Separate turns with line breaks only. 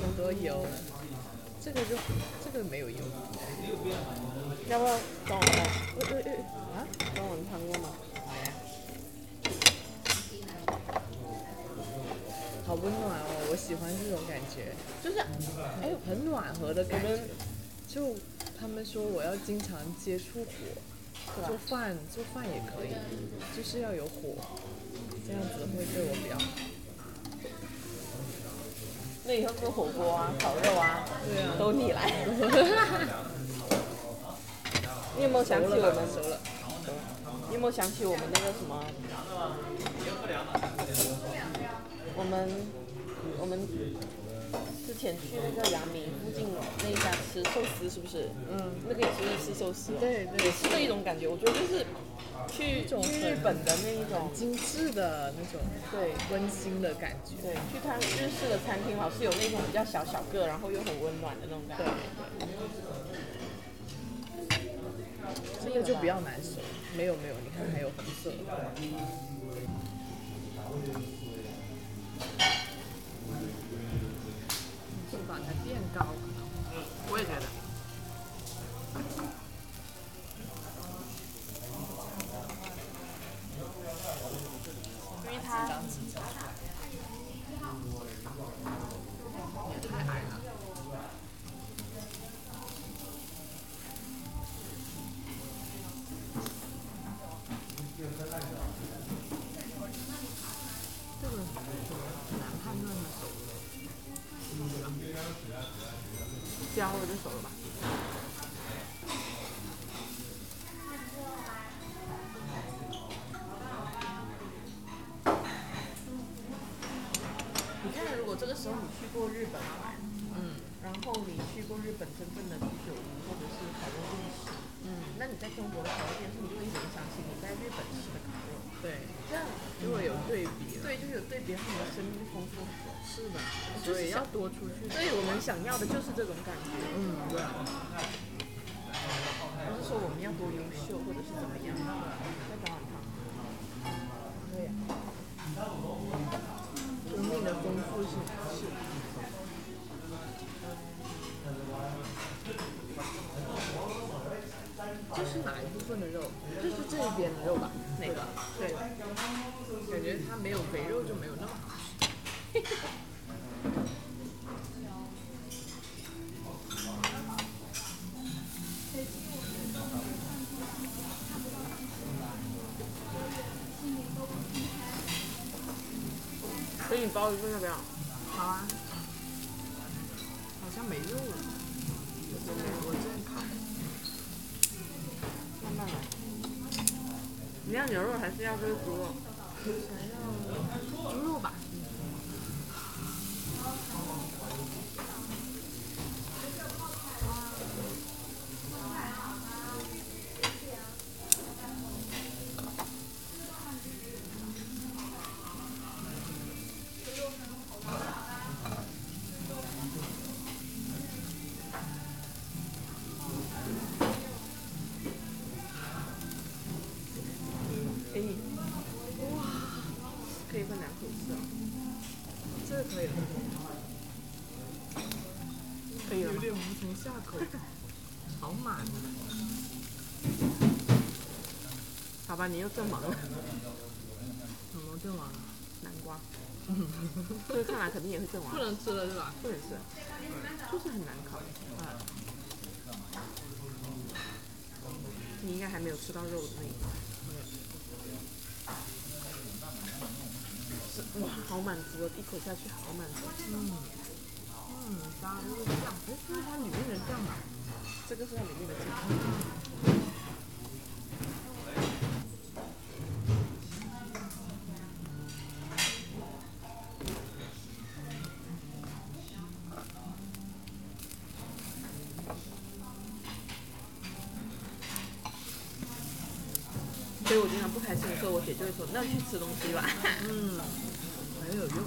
很多油，这个就这个没有油。
哎要不要装我的？喂喂喂，啊，装雲吞㗎嘛，
好温暖哦，我喜欢这种感觉，就是哎很暖和的感觉。就他们说我要经常接触火，做饭做饭也可以，就是要有火，这样子会对我比较好。
那以后做火锅啊、烤肉啊，
对啊，
都你来。你有没有想起
熟了
我
吧
们？
熟了，
你有没有想起我们那个什么？我们我们之前去那个阳明附近那一家吃寿司，是不是？
嗯，
那个也是日式寿司哦。
对对
也是那一种感觉。我觉得就是去
种
去日
很
本的那一种，
精致的那种
对
温馨的感觉。
对，去看日式的餐厅，好像是有那种比较小小个，然后又很温暖的那种感觉。嗯
这个就比较难熟。没有没有，你看还有红色的。就把它垫高了。我也觉得。
因为它加了就熟了吧。你看，如果这个时候你去过日本玩，嗯，然后你去过日本真正的居酒屋或者是烤肉店吃，嗯，那你在中国的烤肉店是不是会联想起你在日本吃的烤肉？
对，
这样
如果有对比了。
对，就是有对比，然后你的生命就丰富很多。
是的。
就
所
是
以
想
要多出去。
所以我们想要的就是这种感觉，
嗯，对啊。
不是说我们要多优秀或者是怎么样。再找碗汤。对呀、
生命的丰富性。这是哪一部分的肉？这是这一边的肉吧？哪个？
对，
感觉它没有肥肉就没有那么好。
给你包一个要不要？
好啊。好像没肉了。我真看。
慢慢来。你要牛肉还是要这个猪肉？
猪肉吧。
给你。哇，可以分两口吃啊。
这个可以了。
可以了
有
吗？
点无从下口。好满啊。
好吧，你又正忙了。
什么啊阵亡了？
南瓜。 这个看来肯定也会阵亡
不，能吃了是吧？
不能吃，就是很难烤。
啊。
你应该还没有吃到肉的那一块。是哇，好满足哦！一口下去，好满足。
嗯，加入酱，哎，这是它里面的酱吧？
这个是它里面的酱。所以我经常不开心的时候，我姐就会说：“那去吃东西吧。
嗯，很有用。”